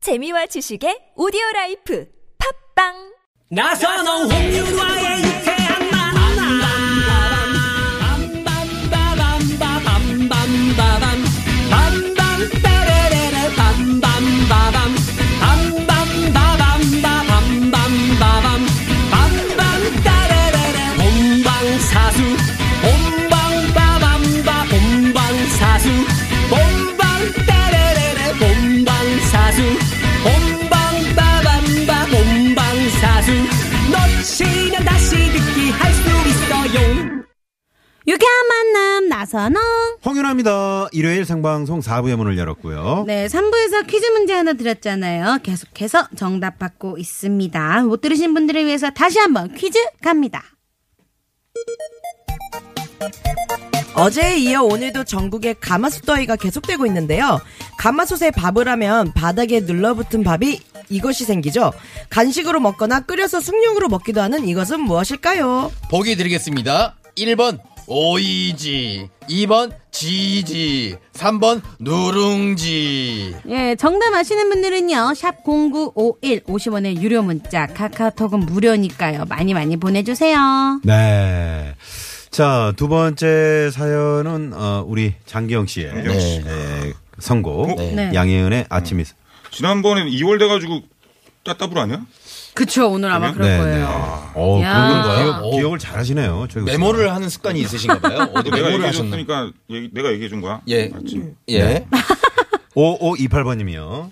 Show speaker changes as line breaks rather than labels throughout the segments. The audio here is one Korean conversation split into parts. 재미와 지식의 오디오 라이프 팝빵
나선홍 홍유라의 유쾌한 만남 빰빰빠밤빠밤빰빰빠밤 빰빰빠라라라 빰빰빠밤 빰빰빠밤빠밤빰빰빠밤 빰빰따라라라 본방사수 본방빠밤빠 본방사수 본방따라라라 본방사수 본방빠밤빠 본방사수 놓치면 다시 듣기 할 수 있어요
유쾌한 만남 나선홍.
홍윤아입니다. 일요일 생방송 4부의 문을 열었고요.
네, 3부에서 퀴즈 문제 하나 드렸잖아요. 계속해서 정답 받고 있습니다. 못 들으신 분들을 위해서 다시 한번 퀴즈 갑니다.
어제에 이어 오늘도 전국에 가마솥더위가 계속되고 있는데요. 가마솥에 밥을 하면 바닥에 눌러붙은 밥이 이것이 생기죠. 간식으로 먹거나 끓여서 숭늉으로 먹기도 하는 이것은 무엇일까요?
보기 드리겠습니다. 1번 오이지, 2번 지지, 3번 누룽지.
예, 정답 아시는 분들은요. 샵 0951 50원의 유료 문자 카카오톡은 무료니까요. 많이 많이 보내주세요.
네. 자, 두 번째 사연은, 어, 우리 장기영 씨의
씨.
네,
어?
선곡.
네.
양혜은의 아침이.
지난번에 2월 돼가지고 따따블 아니야?
그쵸, 오늘 아마 그럴
네,
거예요.
네. 어,
야.
그런
거예요?
기억, 기억을 잘 하시네요. 저희
네, 메모를 하는 습관이 있으신가 봐요. 어디
내가
메모를 아, 하셨나?
얘기해줬으니까 얘기- 내가 얘기해준 거야.
예.
맞지?
예.
5528번님이요.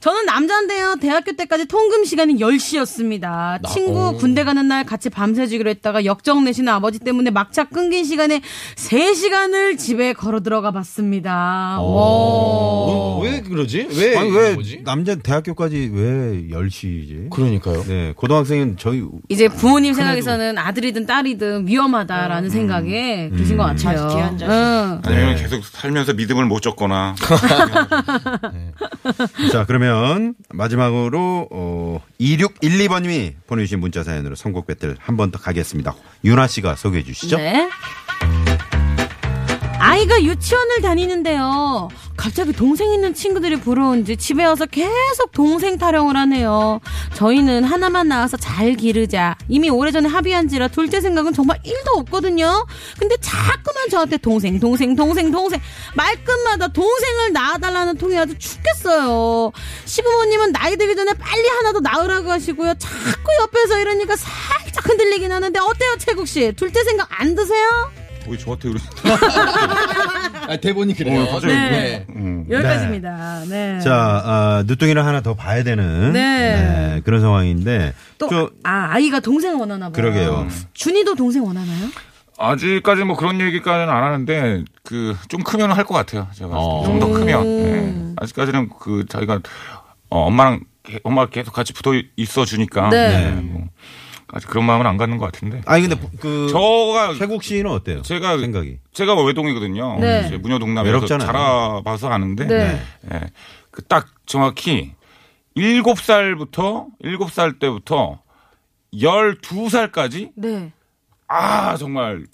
저는 남자인데요. 대학교 때까지 통금 시간이 10시였습니다. 친구 군대 가는 날 같이 밤새주기로 했다가 역정 내시는 아버지 때문에 막차 끊긴 시간에 3시간을 집에 걸어 들어가 봤습니다. 오.
왜 그러지? 어. 왜?
아니, 왜,
뭐지?
남자 대학교까지 왜 10시지?
그러니까요.
네, 고등학생은 저희,
이제 부모님 생각에서는 아들이든 딸이든 위험하다라는 생각에 계신 것 같아요. 응.
아니면
네.
계속 살면서 믿음을 못 줬거나.
자, 그러면 마지막으로, 어, 2612번님이 보내주신 문자 사연으로 선곡 배틀 한 번 더 가겠습니다. 윤아 씨가 소개해 주시죠.
네. 아이가 유치원을 다니는데요. 갑자기 동생 있는 친구들이 부러운지 집에 와서 계속 동생 타령을 하네요. 저희는 하나만 낳아서 잘 기르자. 이미 오래전에 합의한지라 둘째 생각은 정말 1도 없거든요. 근데 자꾸만 저한테 동생, 동생, 동생, 동생. 말끝마다 동생을 낳아달라는 통이 아주 죽겠어요. 시부모님은 나이 들기 전에 빨리 하나 더 낳으라고 하시고요. 자꾸 옆에서 이러니까 살짝 흔들리긴 하는데 어때요, 채국 씨? 둘째 생각 안 드세요?
거의 저한테 그러
아, 대본이 그래요. 네.
여기까지입니다. 네.
자, 어, 늦둥이를 하나 더 봐야 되는
네.
네, 그런 상황인데
또,
저-
아, 아이가 동생 원하나 봐요.
그러게요.
음.
준이도 동생 원하나요?
아직까지 뭐 그런 얘기까지는 안 하는데 그 좀 크면 할 것 같아요. 제가 좀 더
어.
크면. 예. 아직까지는 그 자기가 어, 엄마랑 게- 엄마가 계속 같이 붙어 있어 주니까.
네.
뭐 아직 그런 마음은 안 갖는 것 같은데.
아니 근데 그
저가
최국 씨는 어때요?
제가
생각이
제가 뭐 외동이거든요.
네.
이제 무녀동남에서
외롭잖아요.
자라봐서 아는데
네.
예. 그 딱 정확히 일곱 살부터 일곱 살 때부터 열두 살까지
네.
아 정말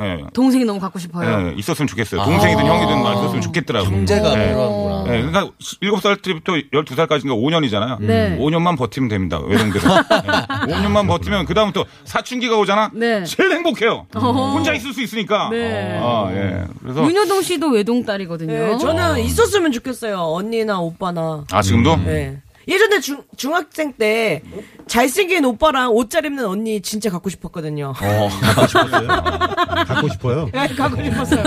예.
동생이 너무 갖고 싶어요.
예, 있었으면
아.
좋겠어요. 동생이든 형이든 막 있었으면 좋겠더라고요.
형제가
예.
뭐
어.
필요하구나.
예, 그러니까 일곱 살 때부터 열두 살까지가 그러니까 5년이잖아요.
네.
5년만 버티면 됩니다. 외동들은. 예. 5년만 버티면 그다음부터 사춘기가 오잖아.
네. 어.
제일 행복해요. 혼자 있을 수 있으니까.
네.
아, 예. 그래서
윤여동 씨도 외동딸이거든요.
네,
어.
저는 있었으면 좋겠어요. 언니나 오빠나.
아 지금도
음,
네. 예전에 중, 중학생 때 잘생긴 오빠랑 옷 잘 입는 언니 진짜 갖고 싶었거든요.
어. 네.
갖고 싶어요.
네, 갖고 싶었어요.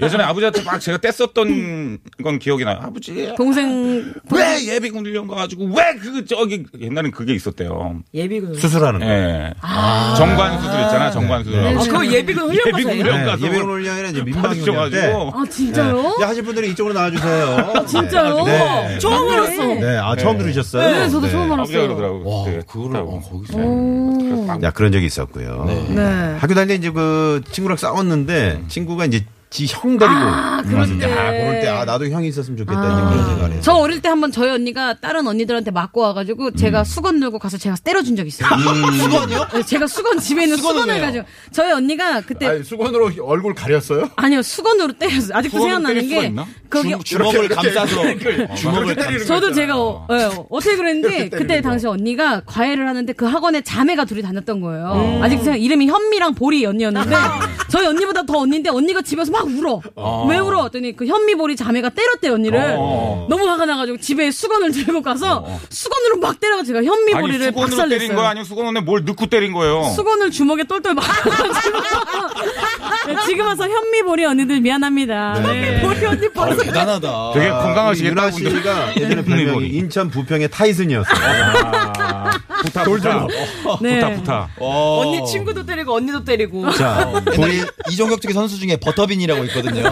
예전에 아버지한테 막 제가 뗐었던 건 기억이 나요. 아버지 네.
동생
왜 예비군 훈련 가가지고 왜 그 저기 옛날엔 그게 있었대요.
예비군.
수술하는 거.
예.
아.
정관 수술 있잖아. 정관 수술.
네.
아, 그거 예비군 훈련
예비군
거세요?
훈련 가서
네, 예배훈련이라 이제 민방위 훈련 때
받으셔가지고
아 진짜요?
이제 하실 분들이 이쪽으로 나와주세요.
아, 진짜요?
네.
처음 알았어.
네, 아 처음 들으셨어요.
네, 저도 처음
아버지가
알았어요.
그러더라고.
와,
그때
그거를
했다고.
어, 거기서.
야 그런 적이 있었고요.
네.
음.
학교 다닐 때 이제 그 친구랑 싸웠는데 친구가 이제 지 형 데리고.
아, 그럴 때.
아, 그럴 때, 아, 나도 형이 있었으면 좋겠다는 그런 생각을 했어요.
저 어릴 때 한번 저희 언니가 다른 언니들한테 맞고 와가지고
음.
제가 수건 들고 가서 제가 때려준 적이 있어요. 수건이요? 제가 수건 집에 있는
수건은
수건을
왜요?
가지고 저희 언니가 그때
아니, 수건으로 얼굴 가렸어요?
아니요 수건으로 때렸어요. 아직도
수건으로
생각나는
때릴 수가
게
있나?
거기
주먹을 감싸서
음.
주먹을 감싸서
저도 제가 어, 떻게 그랬는지 그때 당시 언니가 과외를 하는데 그 학원에 자매가 둘이 다녔던 거예요.
음.
아직 제가 이름이 현미랑 보리 언니였는데
아.
저희 언니보다 더 언니인데 언니가 집에서 막 울어. 왜 울어? 했더니 그 현미 보리 자매가 때렸대 언니를.
어.
너무 화가 나가지고 집에 수건을 들고 가서 수건으로 막 때려가 제가 현미
아. 아니
보리를
수건으로 때린
박살냈어요.
거야 아니면 수건으로 뭘 넣고 때린 거예요?
수건을 주먹에 똘똘 막아가지고 네, 지금 와서 현미보리 언니들
네.
미안합니다. 네. 현미보리 언니 벌써
대단하다.
되게
아,
건강하시겠다
유나
분들.
씨가 예전에 별명이
리본이.
인천 부평의 타이슨이었어요.
아, 부타 어, 부타
네.
부타 부타.
어.
언니 친구도 때리고 언니도 때리고.
자,
우리 이종격 투기 선수 중에 버터빈이라고 있거든요.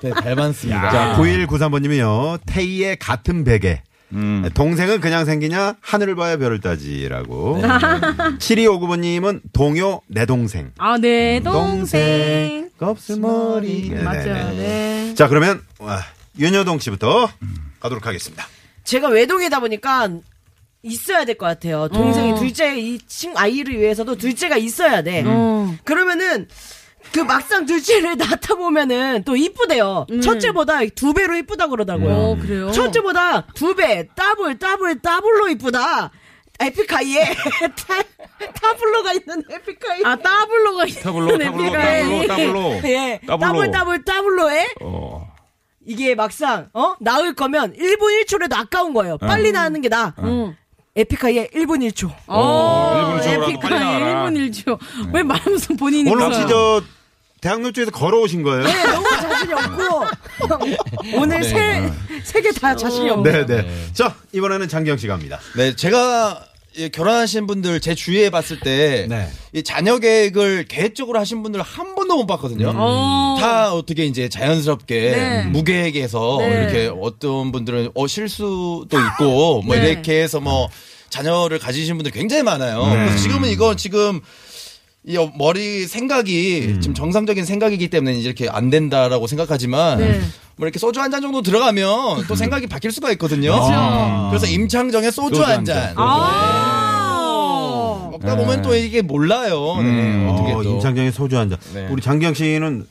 네, 잘
아.
많습니다.
자, 9193번님이요. 태희의 같은 베개.
음.
동생은 그냥 생기냐? 하늘을 봐야 별을 따지라고. 7259번님은 동요 내 동생.
아, 네, 동생.
곱슬머리. 예, 네네네.
맞죠, 네.
자, 그러면, 와, 윤여동 씨부터 가도록 하겠습니다.
제가 외동이다 보니까 있어야 될 것 같아요. 동생이 둘째 이 친, 아이를 위해서도 둘째가 있어야 돼. 그러면은 그 막상 둘째를 낳다 보면은 또 이쁘대요. 첫째보다 두 배로 이쁘다 그러더라고요.
어, 그래요?
첫째보다 두 배, 더블, 더블, 더블로 이쁘다. 에픽하이에 타- 타블로가 있는 에픽하이.
아, 따블로가 있는
타블로 타블로
애들이.
타블로 타블로.
예, 더블,
더블로.
더블, 더블로에
어.
이게 막상 어 나을 거면 1분 1초라도 아까운 거예요. 빨리 나는 게 나. 아 에픽하이의 1분 1초.
어,
일본 쪽으로라도 빨리
에픽하이
나와라.
1분 1초.
네.
왜 말하면서 본인이.
오늘
웃어요?
혹시 저, 대학로 쪽에서 걸어오신 거예요?
네, 너무 자신이 없고 오늘 세 세 개 다 자신이 없고
네네. 자, 이번에는 장기영 씨가 합니다.
네, 제가 이 결혼하신 분들 제 주위에 봤을 때
네.
이 자녀 계획을 계획적으로 하신 분들 한 번도 못 봤거든요.
어.
다 어떻게 이제 자연스럽게
네.
무계획에서 이렇게 어떤 분들은 어 실수도 있고 뭐
네.
이렇게 해서 뭐 자녀를 가지신 분들 굉장히 많아요. 그래서 지금은 이거 지금 이 어, 머리 생각이 지금 정상적인 생각이기 때문에 이제 이렇게 안 된다라고 생각하지만
네.
뭐 이렇게 소주 한 잔 정도 들어가면 또 생각이 바뀔 수가 있거든요.
그렇죠.
그래서 임창정의 소주,
소주
한
한
잔.
잔.
아.
먹다 보면 또 이게 몰라요. 네, 어떻게
어,
또.
임창정의 소주 한 잔.
네.
우리 장기영 씨는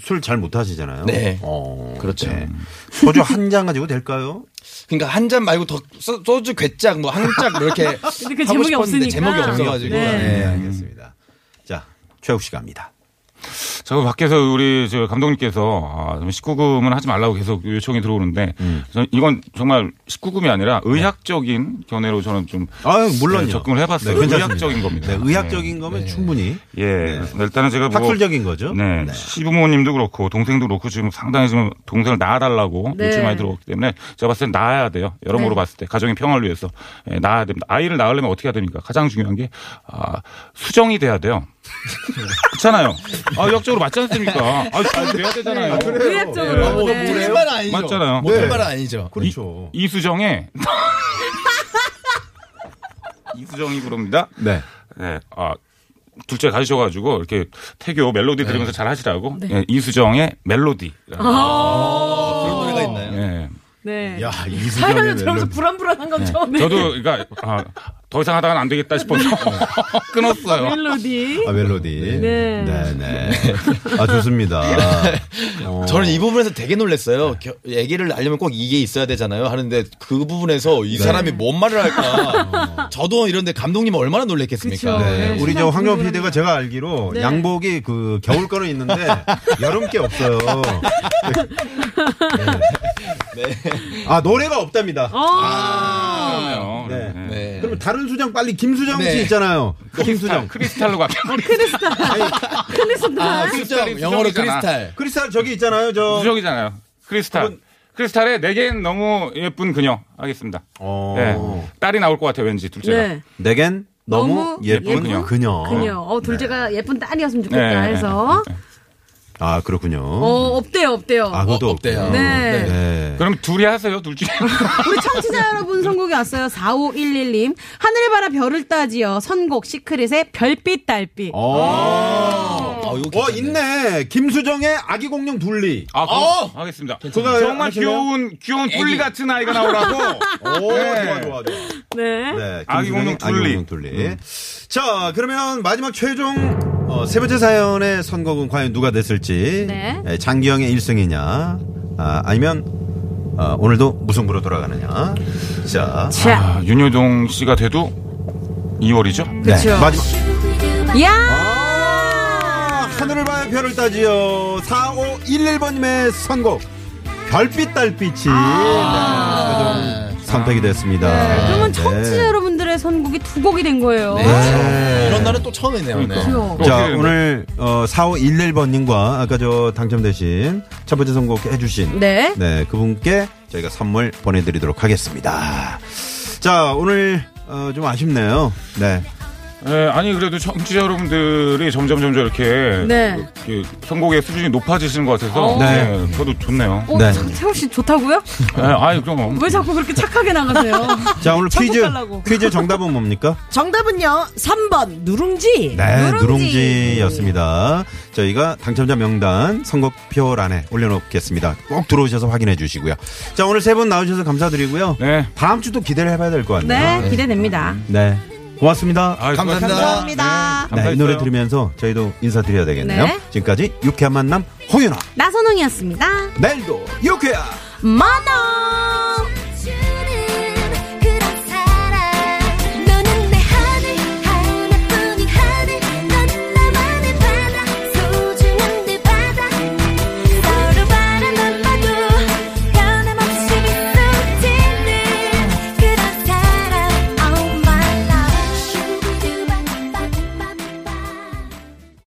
술 잘 못 하시잖아요.
네.
어,
그렇죠.
소주 한 잔 가지고 될까요?
그러니까 한 잔 말고 더 소, 소주 괴짝 뭐 한짝 뭐 이렇게
근데 그
하고
제목이
싶었는데
없으니까.
제목이 없어가지고
네.
네, 알겠습니다. 자, 최욱 씨가 합니다.
제가 밖에서 우리 저 감독님께서 아, 19금은 하지 말라고 계속 요청이 들어오는데
음.
저는 이건 정말 19금이 아니라 의학적인 견해로 저는 좀
아 물론요.
네, 접근을 해봤어요.
괜찮습니다.
의학적인 겁니다.
네, 의학적인 거면 충분히
예. 그래서 일단은 제가 뭐
네. 학술적인 거죠.
네. 시부모님도 그렇고 동생도 그렇고 지금 상당히 지금 동생을 낳아달라고
네.
요청 많이 들어왔기 때문에 제가 봤을 때 낳아야 돼요.
네.
여러모로 봤을 때 가정의 평화를 위해서 예, 낳아야 됩니다. 아이를 낳으려면 어떻게 해야 됩니까? 가장 중요한 게 아, 수정이 돼야 돼요. 그렇잖아요. 아, 역적으로 맞지 않습니까? 아, 수정이 돼야 되잖아요.
어,
의학적으로.
뭐
네.
틀린 말은 아니죠.
맞잖아요.
뭐 틀린
네.
말은 아니죠.
그렇죠.
이, 수정에 이수정이 부릅니다.
네.
네. 아, 둘째 가지셔가지고 이렇게 태교
네.
멜로디 들으면서 잘 하시라고
네.
예, 이수정의 멜로디.
아,
그런 노래가 있나요?
예.
네.
야,
사연을
이수정의
들으면서
멜로디.
불안불안한
네.
건 처음에
저도 그러니까 아, 더 이상 하다가는 안 되겠다 싶어서 끊었어요.
네. 멜로디.
아, 멜로디.
네.
네, 네. 아, 좋습니다. 어.
저는 이 부분에서 되게 놀랐어요. 겨- 아기를 낳으려면 꼭 이게 있어야 되잖아요. 하는데 그 부분에서 이 사람이 뭔 말을 할까. 저도 이런데 감독님 얼마나 놀랬겠습니까.
그쵸.
네.
네, 우리 저
신랑
황영
친구라면.
PD가 제가 알기로
네.
양복이 그 겨울 거는 있는데 여름 게 없어요. 네. 아 노래가 없답니다.
어.
아,
네. 네.
네.
그럼 다른 수정 빨리 김수정
네.
씨 있잖아요. 김수정.
크리스탈로 가.
아,
네.
수정,
크리스탈이
영어로
수정이잖아.
크리스탈.
크리스탈 저기 있잖아요. 저
수정이잖아요. 크리스탈.
어, 그건-
크리스탈의 내겐 너무 예쁜 그녀 하겠습니다.
어.
네. 딸이 나올 것 같아요, 왠지 둘째가.
네.
내겐 너무,
너무
예쁜,
예쁜
그녀. 네.
그녀. 어, 둘째가 예쁜 딸이었으면 좋겠다
네.
해서.
아 그렇군요.
어, 없대요, 없대요.
아 그것도
어, 없대요.
없군요.
네.
네.
그럼 둘이 하세요, 둘 중에.
우리 청취자 여러분 선곡이 왔어요. 4511님. 하늘을 바라 별을 따지요. 선곡 시크릿의 별빛 달빛.
어.
아, 이거
어,
괜찮네.
있네. 김수정의 아기 공룡 둘리.
아, 그거
어!
하겠습니다.
그거
정말
하실래요?
귀여운 귀여운 뿔리 같은 아이가 나오라고.
오,
네.
좋아, 좋아, 좋아.
네.
네,
아기
김수정의
공룡 둘리. 음.
아기 공룡 둘리. 자, 그러면 마지막 최종 어, 세 번째 사연의 선곡은 과연 누가 됐을지.
네.
예, 장기영의 1승이냐, 아, 아니면 어, 오늘도 무승부로 돌아가느냐. 자,
자,
아, 윤효동 씨가 돼도 2월이죠?
네, 마지막.
야!
아, 하늘을 봐야 별을 따지요. 4511번님의 선곡. 별빛 달빛이 네, 최종 선택이 됐습니다.
아. 그러면
네.
청취자 여러분들의 선곡이 두 곡이 된 거예요.
네. 이런 날은 또 처음이네요. 네.
그러니까.
그죠?
어떻게
자,
되는
오늘 어, 4511번님과 아까 저 당첨되신 첫 번째 선곡 해주신
네.
네, 그분께 저희가 선물 보내드리도록 하겠습니다. 자, 오늘 어, 좀 아쉽네요. 네.
네, 아니 그래도 청취자 여러분들이 점점 점점 이렇게,
네.
이렇게 선곡의 수준이 높아지시는 것
어.
같아서
네.
네. 저도 좋네요.
어,
네.
참, 태호 씨 좋다고요?
네, 아이 그럼
왜 자꾸 그렇게 착하게 나가세요?
자, 오늘
천국
퀴즈,
갈라고.
퀴즈 정답은 뭡니까?
정답은요, 3번, 누룽지.
네,
누룽지.
누룽지였습니다. 저희가 당첨자 명단 선곡표란에 올려놓겠습니다. 꼭 들어오셔서 확인해 주시고요. 자, 오늘 세 분 나오셔서 감사드리고요.
네.
다음 주도 기대를 해봐야 될 것 아, 같네요.
네, 기대됩니다.
네. 고맙습니다.
아이,
감사합니다.
감사합니다.
네, 이
감사했어요.
노래 들으면서 저희도 인사드려야 되겠네요.
네.
지금까지 유쾌한 만남 홍윤아.
나선홍이었습니다.
내일도 유쾌한
마더!